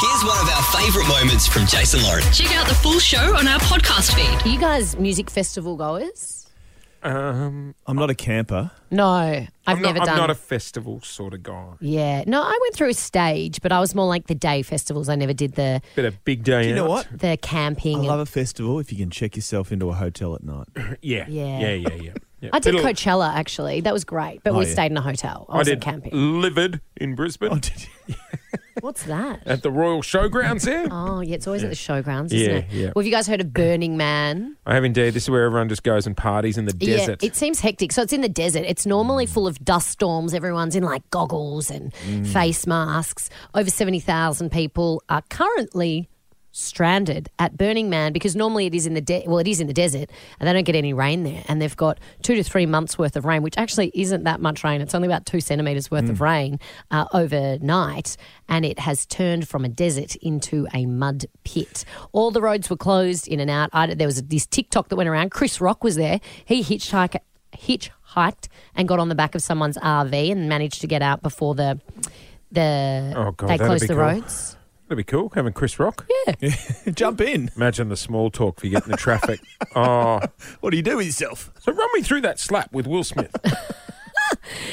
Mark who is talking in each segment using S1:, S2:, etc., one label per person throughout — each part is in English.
S1: Here's one of our favourite moments from Jason Lauren.
S2: Check out the full show on our podcast feed.
S3: Are you guys music festival goers?
S4: I'm not a camper.
S3: No, I've
S5: I'm not,
S3: never
S5: I'm
S3: done.
S5: not a festival sort of guy.
S3: yeah, no, I went through a stage, but I was more like the day festivals. I never did the
S5: Bit of big day.
S4: You know what?
S3: the camping.
S4: I
S3: and-
S4: love a festival if you can check yourself into a hotel at night.
S5: Yeah.
S3: Yeah.
S5: Yeah. Yeah. Yeah. yeah. yeah.
S3: I did
S5: Little-
S3: Coachella actually. That was great, but
S4: Oh,
S3: we
S4: yeah.
S3: stayed in a hotel. I
S5: I
S3: wasn't
S5: did
S3: camping.
S5: livid in Brisbane
S4: Oh, did you?
S3: What's that?
S5: at the Royal Showgrounds. There,
S3: Oh, yeah, it's always at the showgrounds, isn't
S5: Yeah,
S3: it?
S5: yeah.
S3: Well, have you guys heard of Burning Man?
S5: I have indeed. This is where everyone just goes and parties in the desert.
S3: Yeah, it seems hectic. So it's in the desert. It's normally full of dust storms. Everyone's in like goggles and face masks. Over 70,000 people are currently stranded at Burning Man because normally it is in the de- well it is in the desert and they don't get any rain there and they've got 2 to 3 months worth of rain which actually isn't that much rain it's only about 2 centimeters worth
S5: Hmm.
S3: of rain uh, overnight and it has turned from a desert into a mud pit all the roads were closed in and out I, there was this TikTok that went around Chris Rock was there he hitchhiked hitchhiked and got on the back of someone's RV and managed to get out before the the
S5: Oh, God,
S3: they
S5: that'd
S3: closed
S5: be
S3: the
S5: cool.
S3: roads
S5: That'd be cool having Chris Rock.
S4: Jump in.
S5: Imagine the small talk for you getting the traffic. oh,
S4: What do you do with yourself?
S5: so run me through that slap with Will Smith.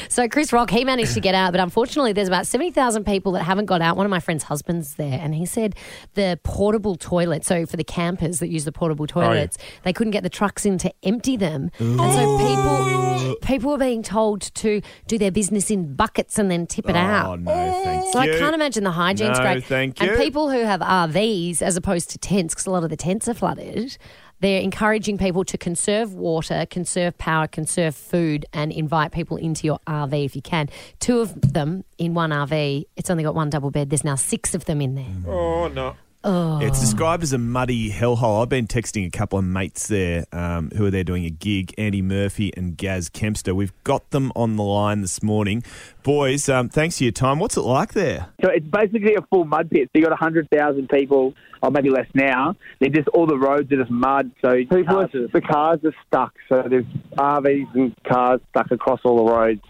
S3: So Chris Rock, he managed to get out, but unfortunately, there's about seventy thousand people that haven't got out. One of my friend's husband's there, and he said the portable toilet. So for the campers that use the portable
S4: Oh,
S3: toilets, they couldn't get the trucks in to empty them, and so people people were being told to do their business in buckets and then tip it
S4: Oh,
S3: out.
S4: no, thank
S3: So I
S4: you.
S3: can't imagine the hygiene's
S4: No,
S3: great.
S4: thank
S3: And
S4: you.
S3: people who have RVs as opposed to tents, because a lot of the tents are flooded, they're encouraging people to conserve water, conserve power, conserve food, and invite people into your RV if you can. Two of them in one RV. It's only got one double bed. There's now six of them in there.
S5: oh no.
S4: Yeah,
S3: Oh.
S4: it's described as a muddy hellhole. I've been texting a couple of mates there um, who are there doing a gig, Andy Murphy and Gaz Kempster. We've got them on the line this morning. Boys, um, thanks for your time. What's it like there?
S6: So it's basically a full mud pit. So you got 100,000 people, or maybe less now. They're just all the roads are just mud. So
S7: People, are, the cars are stuck, so there's RVs and cars stuck across all the roads,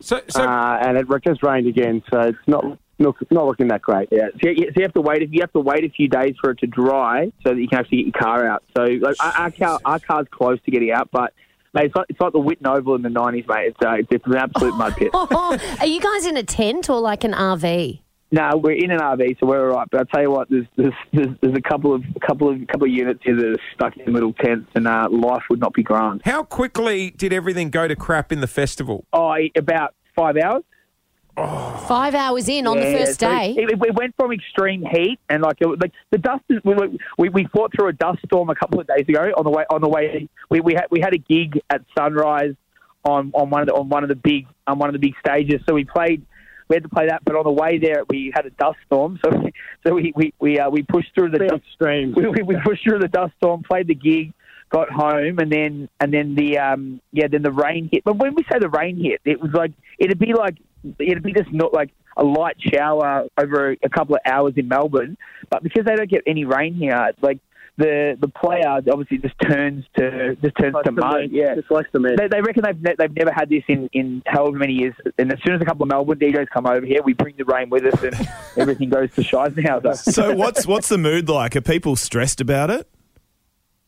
S5: So, so
S7: uh, and it just rained again, so it's not look, not looking that great.
S6: Yeah, so you, so you have to wait. You have to wait a few days for it to dry so that you can actually get your car out. So like our, our car, our car's close to getting out, but mate, it's like, it's like the Witten Oval in the nineties, mate. It's, uh, it's, it's an absolute mud pit.
S3: Are you guys in a tent or like an RV?
S6: No, we're in an RV, so we're all right. But I tell you what, there's there's, there's, there's a couple of a couple of couple of units here that are stuck in little tents, and uh, life would not be grand.
S5: how quickly did everything go to crap in the festival?
S6: Oh, about five hours.
S3: Five hours in on the
S6: Yeah,
S3: first
S6: so
S3: day.
S6: It, it- it went from extreme heat and like it, was- like the dust. Is, we, we we fought through a dust storm a couple of days ago on the way on the way. We, we had we had a gig at sunrise on, on one of the on one of the big on one of the big stages. So we played. We had to play that, but on the way there we had a dust storm. So we, so we we we, uh, we pushed through the dust
S7: Extreme.
S6: we, we, we pushed through the dust storm, played the gig, got home, and then and then the um yeah then the rain hit. But when we say the rain hit, it was like it'd be like it'd be just not like a light shower over a couple of hours in Melbourne, but because they don't get any rain here, it's like the the player obviously just turns to just turns to mud. Yeah,
S7: it's like the man.
S6: they, they reckon they've, ne- they've never had this in, in however many years. And as soon as a couple of Melbourne DJs come over here, we bring the rain with us, and everything goes to shite now. So,
S4: So what's what's the mood like? Are people stressed about it?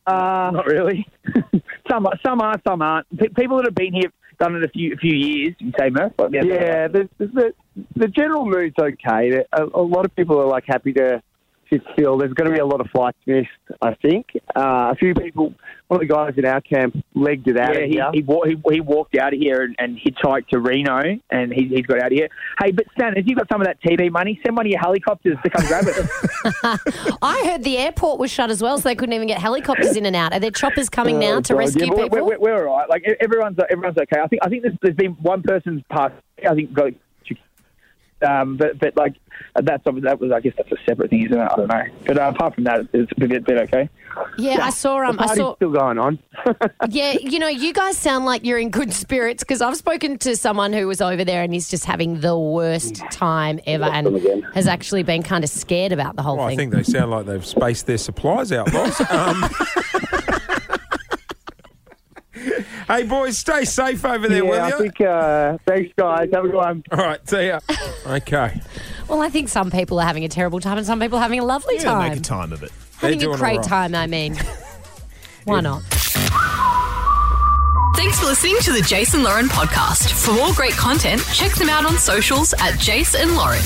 S6: Uh, not really. some are, some are, some aren't. P- people that have been here done it a few a few years. You say Murph? Like,
S7: Yeah, the, the, the general mood's okay. The- A, a lot of people are like happy to sit still. There's going to be a lot of flights missed, I think. Uh, a few people, one of the guys in our camp, legged it out.
S6: Yeah, he, he, wa- he, he walked out of here and, and hitchhiked to Reno, and he, he's got out of here. Hey, but Stan, if you've got some of that TV money, send one of your helicopters to come grab it.
S3: I heard the airport was shut as well, so they couldn't even get helicopters in and out. Are there choppers coming
S7: Oh,
S3: now to
S7: God, yeah,
S3: rescue
S6: Yeah, but
S3: people?
S6: we're, we're, we're all right. Like e- everyone's everyone's okay. I think I think there's, there's been one person's passed. I think got. Um, but but like that's that was I guess that's a separate thing, isn't it? I don't know. But uh, apart from that, it's a bit, bit okay.
S3: yeah, I saw. Um, I
S7: Party's
S3: saw.
S7: still going on.
S3: Yeah, you know, you guys sound like you're in good spirits because I've spoken to someone who was over there and he's just having the worst time ever and has actually been kind of scared about the whole
S5: Well, I
S3: thing.
S5: think they sound like they've spaced their supplies out, boss. Um, hey, boys, stay safe over there,
S7: yeah,
S5: will
S7: I
S5: you?
S7: think. Uh, thanks, guys. Have a good one.
S5: All right, see ya. okay.
S3: Well, I think some people are having a terrible time and some people are having a lovely
S4: Yeah,
S3: time.
S4: make a time of it.
S3: Having
S5: They're
S3: a
S5: doing
S3: great
S5: all right.
S3: time, I mean. Why not?
S2: Thanks for listening to the Jason Lauren podcast. For more great content, check them out on socials at Jason Lauren.